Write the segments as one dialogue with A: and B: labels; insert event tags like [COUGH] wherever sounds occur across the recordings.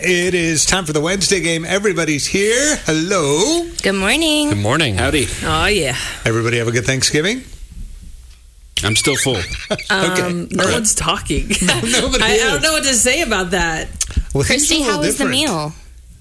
A: It is time for the Wednesday game. Everybody's here. Hello.
B: Good morning.
C: Good morning.
D: Howdy.
B: Oh yeah.
A: Everybody have a good Thanksgiving? [LAUGHS]
D: I'm still full.
A: Okay.
E: Um, no
A: All right.
E: one's talking.
A: [LAUGHS] nobody
E: [LAUGHS] I, I
A: is.
E: don't know what to say about that.
A: Well, things
B: Christy,
A: are a little
B: how was the
A: different.
B: meal?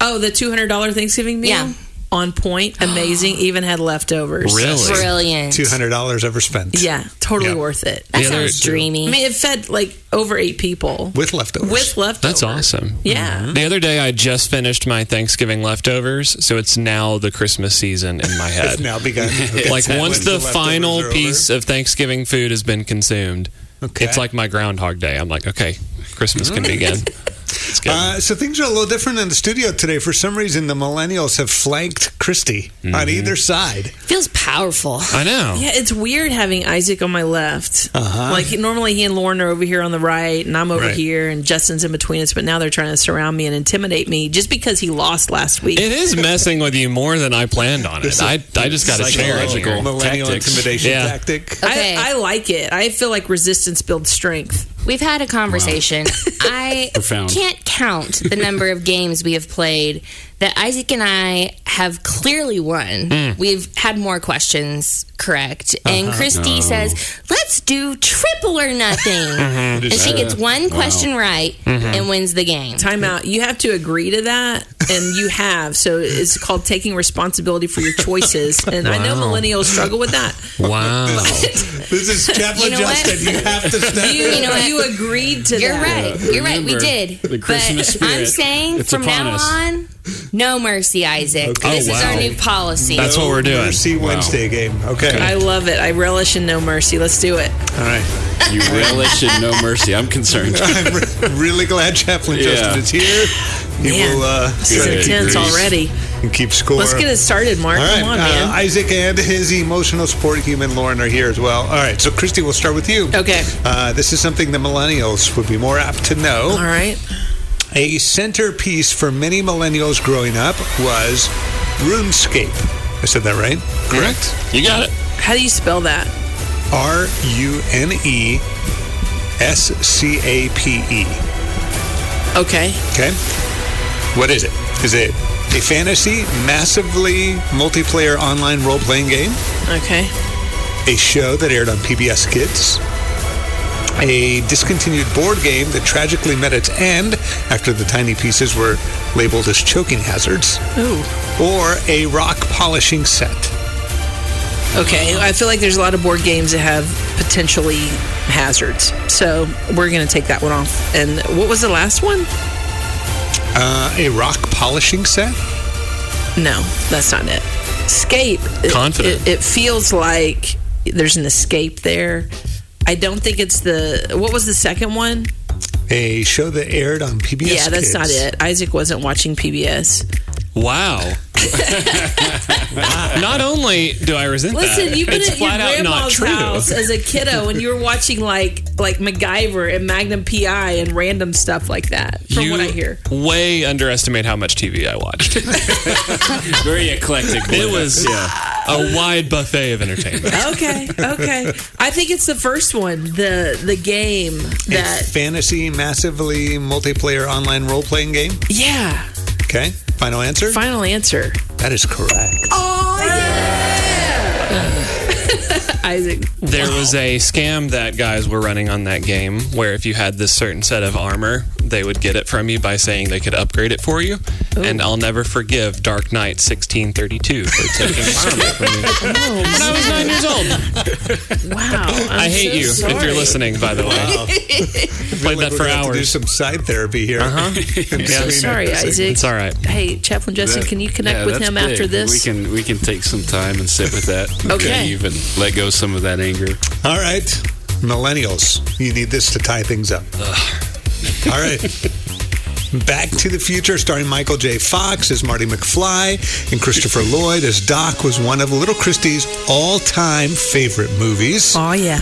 E: Oh, the two hundred dollar Thanksgiving meal.
B: Yeah.
E: On point,
A: [GASPS]
E: amazing. Even had leftovers.
D: Really?
B: Brilliant.
A: $200 ever spent
E: Yeah, totally
A: Yeah.
E: worth it.
B: That
C: The other-
B: sounds dreamy.
E: I mean, it fed like over eight people
A: with leftovers.
E: with leftovers.
C: That's awesome.
E: Yeah.
C: The other day, I just finished my Thanksgiving leftovers, so it's now the Christmas season in my head.
A: It's now
C: [LAUGHS]
A: begun. Okay.
C: like
A: When
C: once the
A: leftovers
C: final
A: are over.
C: piece of Thanksgiving food has been consumed,
A: Okay.
C: it's like my Groundhog Day. I'm like, okay, Christmas can begin. [LAUGHS] It's good.
A: Uh, so things are a little different in the studio today. For some reason, the millennials have flanked Christy
C: Mm-hmm.
A: on either side.
B: Feels powerful.
C: I know.
E: Yeah, it's weird having Isaac on my left. Like he- normally, he and Lauren are over here on the right, and I'm over
A: Uh-huh. Right.
E: here, and Justin's in between us. But now they're trying to surround me and intimidate me just because he lost last week.
C: It is messing with you more than I planned on it. I, I just got a chair. in
D: psychological.
C: here.
A: oh, millennial
D: tactics.
A: intimidation
C: Yeah.
A: tactic.
B: Okay.
E: I, I like it. I feel like resistance builds strength.
B: We've had a conversation. [LAUGHS] I
D: Profound.
B: can't count the number of games we have played that Isaac and I have clearly won. We've had more questions correct. And Christy says, let's do triple or nothing. And she gets one question right and wins the game.
E: Time out. You have to agree to that, and you have. So it's called taking responsibility for your choices. And I know millennials struggle with that.
C: Wow.
A: This is Chaplain
B: [LAUGHS] You know what?
A: Justin. You have to step
E: You,
B: [LAUGHS] You know what?
E: you agreed to
B: You're
E: that.
B: right. You're right. We
D: remember
B: did.
D: the Christmas
B: but I'm
D: spirit.
B: saying
D: It's
B: from
D: upon
B: now
D: us.
B: on, no mercy, Isaac.
A: Okay.
B: This
C: Oh,
B: is our
C: wow.
B: new policy.
C: That's what we're doing.
A: Mercy Wednesday game. Okay.
E: I love it. I relish in no mercy. Let's do it.
A: All right.
D: You relish in no mercy. I'm [LAUGHS] concerned.
A: I'm re- really glad Chaplain
D: Yeah.
A: Justin is here. He
E: Man,
A: will uh,
E: This is
A: try to keep-
E: intense
D: Agrees.
E: already.
A: and keep score.
E: Let's get it started, Mark.
A: All right,
E: Come on,
A: uh,
E: man.
A: Isaac and his emotional support human Lauren are here as well. All right, so Christy, we'll start with you.
E: Okay.
A: Uh, this is something the millennials would be more apt to know.
E: All right.
A: A centerpiece for many millennials growing up was RuneScape. I said that right? Correct.
C: You got it.
E: How do you spell that?
A: R U N E S C A P E.
E: Okay.
A: Okay. What is it? Is it a fantasy, massively multiplayer online role playing game?
E: Okay.
A: a show that aired on PBS Kids, a discontinued board game that tragically met its end after the tiny pieces were labeled as choking hazards, [LAUGHS]
E: Ooh.
A: or a rock polishing set.
E: Okay. I feel like there's a lot of board games that have potentially hazards. So we're going to take that one off. And what was the last one?
A: Uh, a rock polishing set?
E: No, that's not it. Escape. It-
C: Confident.
E: It, it feels like there's an escape there. I don't think it's the. What was the second one?
A: A show that aired on PBS Kids.
E: yeah, that's not it. Isaac wasn't watching PBS.
C: Wow. Not only do I resent
E: Listen,
C: that,
E: you've been
C: it's
E: at your
C: flat out not
E: grandma's
C: true.
E: house as a kiddo, and you were watching like like MacGyver and Magnum PI and random stuff like that. From
C: you
E: what I hear,
C: way underestimate how much TV I watched.
D: Very eclectic.
C: It was
D: Yeah.
C: a wide buffet of entertainment.
E: [LAUGHS] okay, okay. I think it's the first one, the the game
A: A
E: that
A: fantasy, massively multiplayer online role playing game.
E: yeah.
A: Okay. Final answer?
E: Final answer.
A: That is correct.
E: Oh yeah, Isaac.
C: There was a scam that guys were running on that game where if you had this certain set of armor, they would get it from you by saying they could upgrade it for you. And I'll never forgive Dark Knight 1632 for taking armor from me when I was nine years old.
E: Wow, I'm
C: [LAUGHS] I hate
E: so
C: you if
E: sorry.
C: you're listening, by the way. Played that
A: We're
C: for
A: gonna have to do
C: hours.
A: some side therapy here. Uh-huh.
E: So sorry, Isaac.
C: It's all right.
E: Hey, Chaplain Justin,
D: That-
E: can you connect
D: yeah,
E: with
D: that's
E: him
D: big.
E: after this?
D: We can we can take some time and sit with that.
E: Okay.
D: Even let go some of that anger.
A: [LAUGHS] All right, millennials, you need this to tie things up. All right. Back to the Future, starring Michael J. Fox as Marty McFly and Christopher Lloyd as Doc, was one of Little Christie's all time favorite movies.
E: Oh yeah.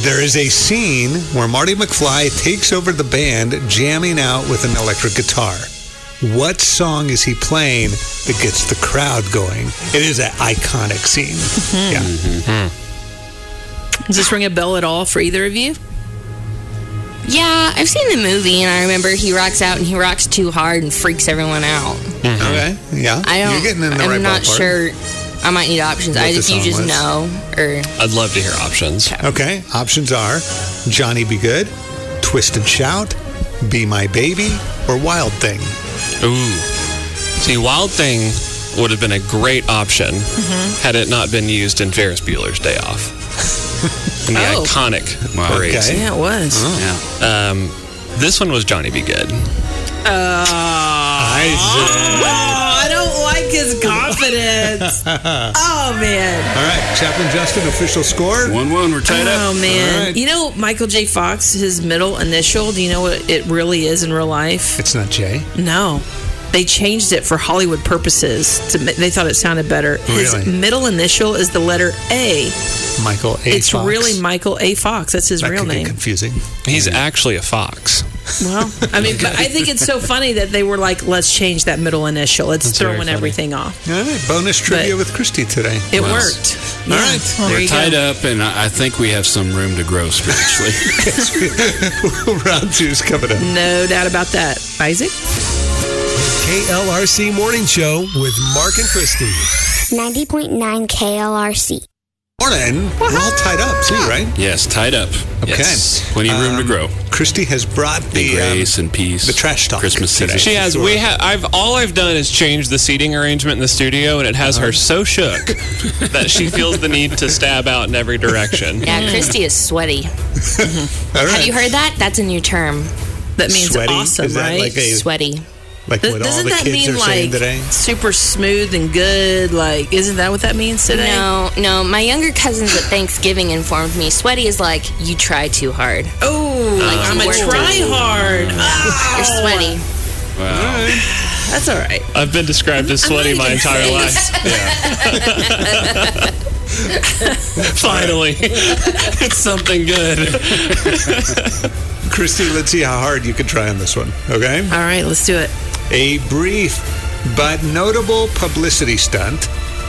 A: There is a scene where Marty McFly takes over the band, jamming out with an electric guitar. What song is he playing that gets the crowd going? It is an iconic scene.
B: Mm-hmm.
A: Yeah.
E: Does this ring a bell at all for either of you?
B: Yeah, I've seen the movie, and I remember he rocks out and he rocks too hard and freaks everyone out.
A: Okay. Yeah.
B: Mm-hmm. I don't.
A: You're getting in the
B: I'm
A: right
B: not
A: ballpark.
B: sure. I might need options.
A: What
B: I
A: the
B: if you
A: song
B: just
A: was.
B: know or
C: I'd love to hear options.
A: Okay. Options are Johnny Be Good, Twist and Shout, Be My Baby, or Wild Thing.
C: Ooh. See, Wild Thing would have been a great option had it not been used in Ferris Bueller's Day Off. In the
E: Oh.
C: iconic
D: Wow.
C: parade.
A: Okay.
E: Yeah, it was.
D: Yeah.
C: Um, this one was Johnny Be Good.
E: Oh, I don't like his
D: [LAUGHS]
E: confidence. oh man.
A: All right. Chaplain Justin, official score.
D: One one. We're tied
E: Oh
D: up.
E: man.
A: Alright.
E: You know Michael J. Fox, his middle initial, do you know what it really is in real life?
A: It's not Jay.
E: No. They changed it for Hollywood purposes. To, ma- they thought it sounded better. His
A: Really?
E: middle initial is the letter A.
A: Michael A.
E: It's
A: Fox.
E: really Michael A. Fox. That's his
A: That
E: real
A: could get
E: name.
A: confusing.
C: He's actually a fox.
E: Well, I mean, but I think
A: [LAUGHS]
E: it's so funny that they were like, let's change that middle initial. It's
C: That's very
E: throwing
C: funny.
E: everything off.
A: All right. Bonus trivia with Christy today.
E: It
A: [LAUGHS]
D: Wow.
E: worked.
A: All
E: Yeah.
A: right.
E: There
D: We're
E: you
D: tied
E: go.
D: up, and I I think we have some room to grow
E: [LAUGHS]
D: spiritually.
A: Round two's coming up.
E: No doubt about that. Isaac?
F: KLRC Morning Show with Mark and Christy.
G: 90.9 KLRC.
A: Morning. We're all tied up, too, right?
D: yes, tied up.
A: Okay.
D: Yes. Plenty of room to grow.
A: Christy has brought
D: And
A: the. um,
D: grace and peace.
A: the trash talk
D: Christmas
A: today.
D: season.
C: She has. We have. I've. All I've done is change the seating arrangement in the studio, and it has her so [LAUGHS] shook that she feels the need to stab out in every direction.
B: yeah, Christy is sweaty.
A: all right.
B: Have you heard that? That's a new term.
E: That means
A: Sweaty?
E: awesome,
A: Is that
E: right?
A: like a-
B: Sweaty.
A: like
E: Th-
A: what all
E: doesn't
A: the
E: that
A: kids
E: mean
A: are saying
E: like
A: today?
E: super smooth and good? Like, isn't that what that means today?
B: No, no. My younger cousins at Thanksgiving informed me sweaty is like you try too hard.
E: Oh,
A: Uh,
E: I'm a
B: work.
E: try hard. Oh.
B: You're sweaty.
D: Wow.
E: That's all right.
A: Uh,
C: I've been described as sweaty my entire life. [LAUGHS] Finally, it's something good.
A: Christy, let's see how hard you can try on this one, okay?
E: All right, let's do it.
A: A brief but notable publicity stunt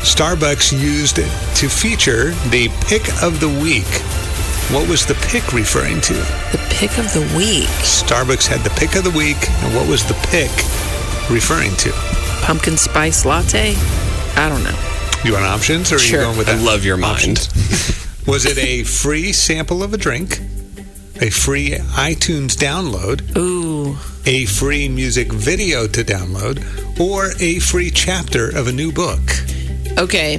A: Starbucks used to feature the pick of the week. What was the pick referring to?
E: The pick of the week
A: Starbucks had the pick of the week, and what was the pick referring to?
E: pumpkin spice latte. I don't know.
A: You want options, or are
E: Sure.
A: you going with
C: I
A: that?
C: love your mind.
A: [LAUGHS] Was it a free sample of a drink, a free iTunes download,
E: Ooh,
A: a free music video to download, or a free chapter of a new book?
E: Okay.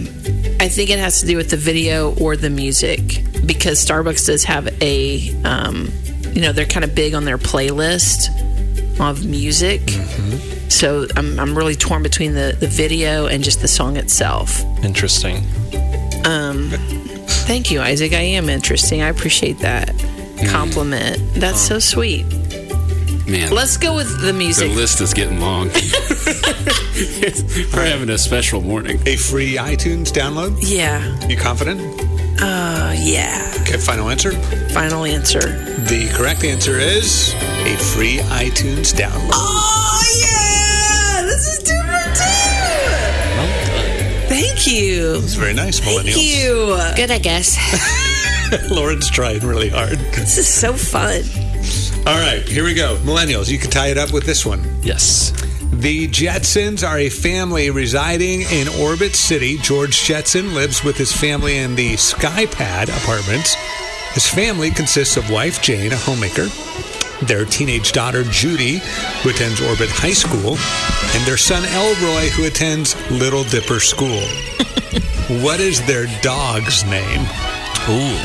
E: I think it has to do with the video or the music because Starbucks does have a, um, you know, they're kind of big on their playlist of music.
D: Mm-hmm.
E: So I'm, I'm really torn between the, the video and just the song itself. Um,
C: Interesting.
E: Thank you, Isaac. I am interesting. I appreciate that compliment. That's so sweet.
D: Mm. Man.
E: Let's go with the
D: The
E: music.
D: list is getting
E: [LAUGHS]
D: long. [LAUGHS] We're having a special morning.
A: A free iTunes download?
E: yeah.
A: You confident?
E: Uh, yeah.
A: Okay, final answer.
E: Final answer.
A: The correct answer is a free iTunes download.
E: Oh, yeah. This is two for two. Thank you.
A: It's very nice, [LAUGHS]
E: Thank
A: millennials.
E: you.
B: Good, I guess.
A: Lauren's trying really hard.
E: This is so fun.
A: All right, here we go. Millennials, you can tie it up with this one.
C: Yes.
A: The Jetsons are a family residing in Orbit City. George Jetson lives with his family in the Skypad apartments. His family consists of wife Jane, a homemaker, their teenage daughter Judy, who attends Orbit High School, and their son Elroy, who attends Little Dipper [LAUGHS] School. what is their dog's name?
C: Ooh.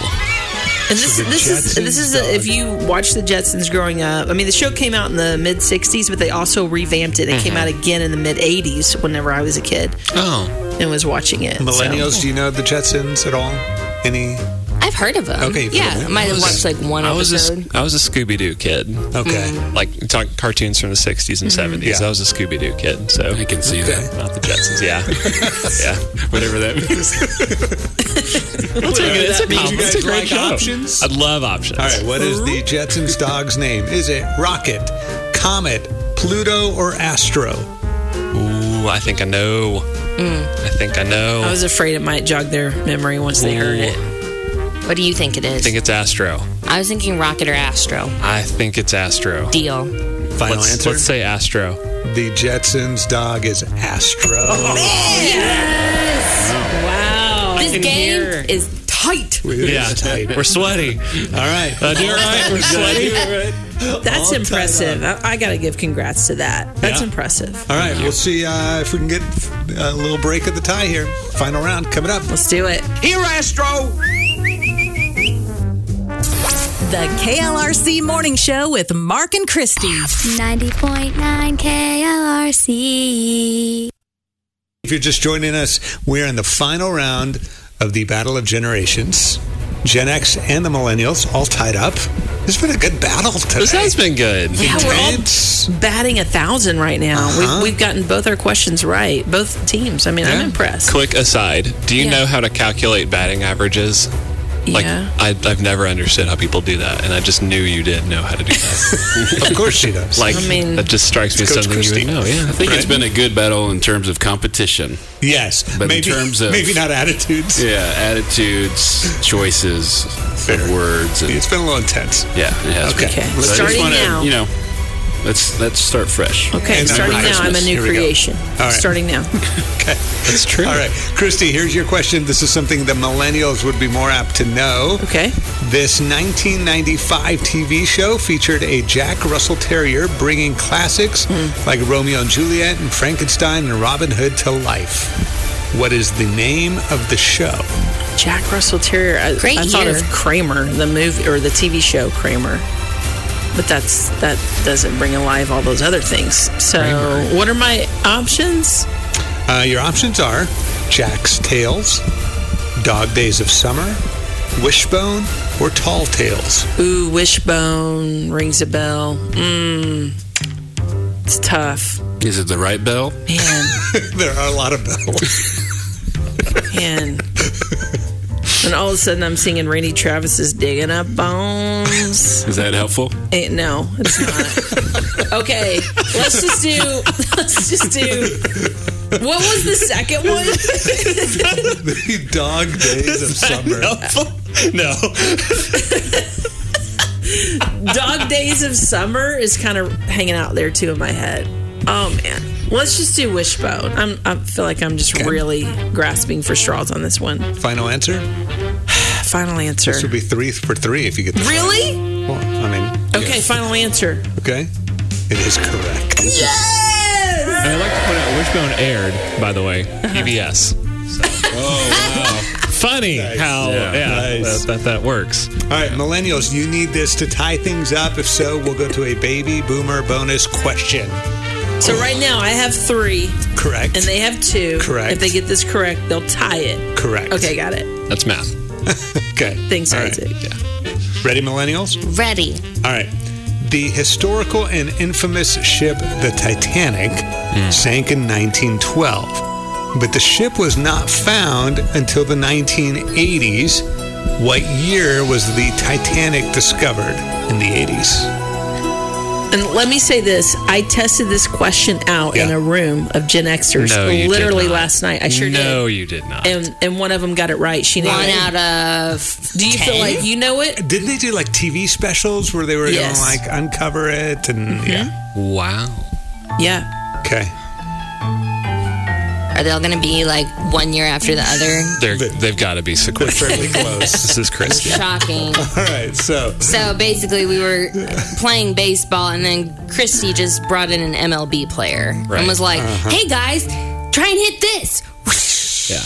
E: And this,
A: So the
E: this is
A: Jetsons
E: this is a, if you watch the Jetsons growing up. I mean, the show came out in the mid '60s, but they also revamped it. It
A: Mm-hmm.
E: came out again in the mid '80s. Whenever I was a kid
C: Oh.
E: and was watching it, so-
A: Millennials, do you know the Jetsons at all? Any?
B: I've heard of them.
A: Okay, you've heard of
B: Yeah, I
A: them.
B: might have watched like one
C: I was a
B: episode.
C: sc- I was a Scooby Doo kid.
A: Okay.
C: Like talk cartoons from the 60s
E: Mm-hmm.
C: and 70s.
A: Yeah.
C: I was a Scooby Doo kid. So
D: I can see that.
C: not the Jetsons.
A: [LAUGHS]
C: Yeah. yeah.
D: Whatever that means.
C: It's a good- it's a
A: Did you
C: compliment. It's a
A: guys
C: great
A: like
C: show.
A: options?
C: I love options.
A: All right, what is the Jetsons dog's name? Is it Rocket, Comet, Pluto, or Astro?
C: Ooh, I think I know. I think I know.
E: Mm. I
C: I
E: was afraid it might jog their memory once they heard it.
B: What do you think it is?
C: think it's Astro.
B: I was thinking Rocket or Astro.
C: I think it's Astro.
B: Deal.
A: Final
C: let's,
A: answer.
C: let's say Astro.
A: The Jetsons dog is Astro.
E: [LAUGHS]
B: Wow. This
C: Oh, can
B: game
C: hear.
B: is tight.
A: It is
C: Yeah.
A: tight.
C: We're
A: [LAUGHS]
C: sweaty.
A: All right.
C: Uh, do you [LAUGHS] all right? We're sweaty.
E: That's
A: All tied
E: impressive. I, I got to give congrats to that. That's
A: Yeah.
E: impressive.
A: All right. We'll see uh, if we can get a little break of the tie here. Final round coming up.
E: Let's do it.
H: The KLRC Morning Show with Mark and Christy.
G: 90.9 KLRC.
A: If you're just joining us, we're in the final round of the Battle of Generations. Gen X and the Millennials all tied up. It's been a good battle today.
C: [LAUGHS] This has
A: [LAUGHS]
C: been good.
E: we're all-
A: Intense.
E: Batting a thousand right now.
A: Uh-huh.
E: We've, we've gotten both our questions right. Both teams. I mean, I'm
A: Yeah.
E: impressed.
C: Quick aside, do you
E: Yeah.
C: know how to calculate batting averages? Like,
E: yeah.
C: I, I've never understood how people do that, and I just knew you did know how to do that.
A: Of course she does.
E: [LAUGHS]
C: like,
E: I mean-
C: that just strikes me as
A: Coach
C: something
A: Christie.
C: you would know.
D: I
C: Yeah.
D: think it's been a good battle in terms of competition.
A: yes,
D: But in
A: maybe,
D: terms of-
A: maybe not attitudes.
D: Yeah, attitudes, choices,
A: Fair.
D: of words. And,
A: It's been a little intense.
D: yeah, it has
A: Okay.
D: been.
E: Okay.
D: So I just
E: Starting
D: wanna,
E: now.
D: You know, let's let's start fresh.
E: Okay,
A: And I'm
E: starting
A: right.
E: now, I'm a new
A: Here we go.
E: creation.
A: All right.
E: Starting now.
A: Okay.
C: That's true.
A: All right, Christy, here's your question. This is something the millennials would be more apt to know.
E: Okay.
A: This 1995 TV show featured a Jack Russell Terrier bringing classics
D: Hmm.
A: like Romeo and Juliet and Frankenstein and Robin Hood to life. What is the name of the show?
E: Jack Russell Terrier. I,
B: Great
E: I thought
B: year.
E: of Kramer, the movie or the TV show Kramer. But that's that doesn't bring alive all those other things. So, what are my options?
A: Uh, your options are Jack's Tales, Dog Days of Summer, Wishbone, or Tall Tales. [LAUGHS]
E: Ooh, Wishbone rings a bell. Mmm, it's tough,
D: Is it the right bell?
E: man.
A: there are a lot of bells.
E: man. [LAUGHS] And all of a sudden, I'm singing Randy Travis is digging up bones.
D: Is that helpful?
E: Eh, no, it's not. [LAUGHS] okay, let's just do. [LAUGHS] Let's just do. What was the second one?
A: the [LAUGHS] Dog Days of
E: [LAUGHS]
A: Summer.
C: no.
E: Dog Days of Summer is kind of hanging out there too in my head. Oh man, let's just do Wishbone. I'm, I feel like I'm just really grasping for straws on this one.
A: Final answer?
E: Final answer.
A: This would be three for three if you get the
E: Really?
A: Well, I mean,
E: Okay, final answer.
A: okay. It is correct.
E: Yes.
C: And I'd like to point out Wishbone aired, by the way,
E: Uh-huh. [LAUGHS]
C: PBS. So- Funny how
D: Yeah.
C: yeah,
A: Nice.
C: that, that that works.
A: All right, millennials, you need this to tie things up. If so, we'll go to a baby boomer bonus question.
E: So right now I have three,
A: Correct.
E: and they have two.
A: Correct.
E: If they get this correct, they'll tie it.
A: correct.
E: Okay, got it.
C: That's math.
A: [LAUGHS] Okay.
E: Thanks,
A: All right.
E: Isaac.
A: Ready, millennials?
B: Ready.
A: All right. The historical and infamous ship, the Titanic, sank in 1912, but the ship was not found until the 1980s. What year was the Titanic discovered in the 80s?
E: And let me say this: I tested this question out in
A: Yeah.
E: a room of Gen Xers
C: No, you did
E: literally
C: not.
E: last night. I sure
C: no, you did not.
E: did. And and one of them got it right. She named
B: One out
E: it.
B: of.
E: Do you feel
B: 10?
E: like you know it?
A: Didn't they do like TV specials where they were
E: Yes.
A: going to like uncover it and yeah?
C: wow.
E: Yeah.
A: Okay.
B: Are they all going to be like one year after the
C: [LAUGHS]
B: other?
C: They're, they've got to be
A: They're
C: sequential.
A: fairly close.
C: [LAUGHS] this is Christy.
B: Shocking.
A: All right, so
B: So basically, we were playing baseball, and then Christy just brought in an MLB player
C: Right.
B: and was like,
A: Uh-huh.
B: "Hey guys, try and hit this."
C: Yeah.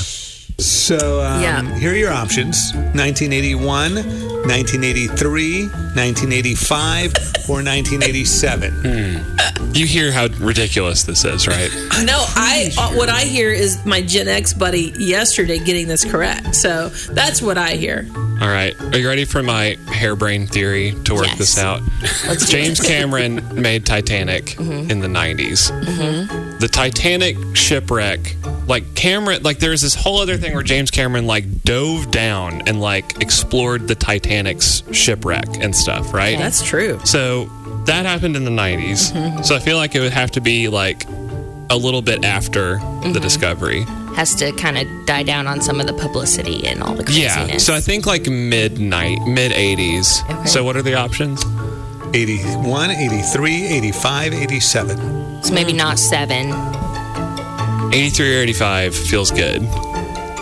A: so um,
E: Yeah.
A: here are your options: 1981, 1983, 1985, or 1987.
C: You hear how ridiculous this is, right?
E: No, I uh, what I hear is my Gen X buddy yesterday getting this correct. So that's what I hear.
C: All right. Are you ready for my harebrained theory to work
B: Yes.
C: this out? James Cameron made Titanic in the 90s. The Titanic shipwreck, like Cameron, like there's this whole other thing where James Cameron like dove down and like explored the Titanic's shipwreck and stuff, right?
E: That's true.
C: So that happened in the
E: Mm-hmm. Mm-hmm.
C: 90s. So I feel like it would have to be like a little bit after the discovery.
B: has to kind of die down on some of the publicity and all the craziness.
C: Yeah. So I think like midnight, mid 80s.
B: Okay.
C: So what are the options?
A: 81, 83, 85, 87.
B: So maybe not seven.
C: 83 or 85 feels good.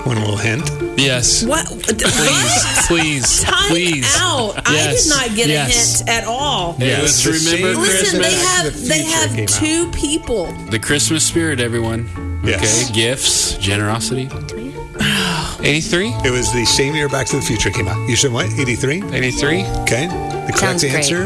A: One little hint.
C: Yes.
I: What?
C: Please, please,
I: [LAUGHS] Time
C: please.
I: out.
C: Yes.
I: I did not get
C: Yes.
I: a hint at all.
D: Yes.
A: It was the same
D: Remember
I: Listen,
A: Christmas
I: they
A: the
I: have
A: Future
I: they
A: came
I: have
A: out.
I: two people.
D: The Christmas spirit, everyone.
A: Yes.
D: Okay. Gifts, generosity.
C: 83?
A: It was the same year Back to the Future came out. You said what? 83?
C: 83?
A: Okay. The correct
B: Sounds great.
A: answer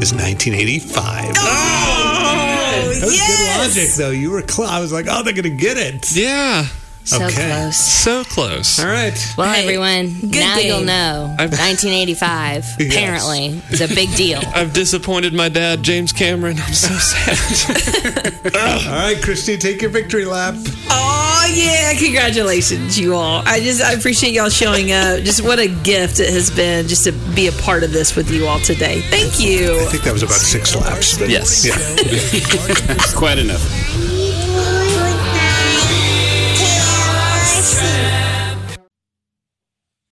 A: is 1985. that was
I: yes!
A: good logic, though. You were close. I was like, oh, they're going to get it.
C: Yeah.
B: So
A: Okay.
B: close.
C: So close.
A: All right.
B: Well,
I: Hey,
B: everyone, now
I: game.
B: you'll know. 1985,
I: [LAUGHS]
A: Yes.
B: apparently, it's a big deal.
C: I've disappointed my dad, James Cameron. I'm so sad.
A: All right, Christy, take your victory lap.
I: Oh yeah! Congratulations, you all. I just I appreciate y'all showing up. Just what a gift it has been just to be a part of this with you all today. Thank you.
A: I think that was about six laps. But yes. Yeah.
D: Quite enough.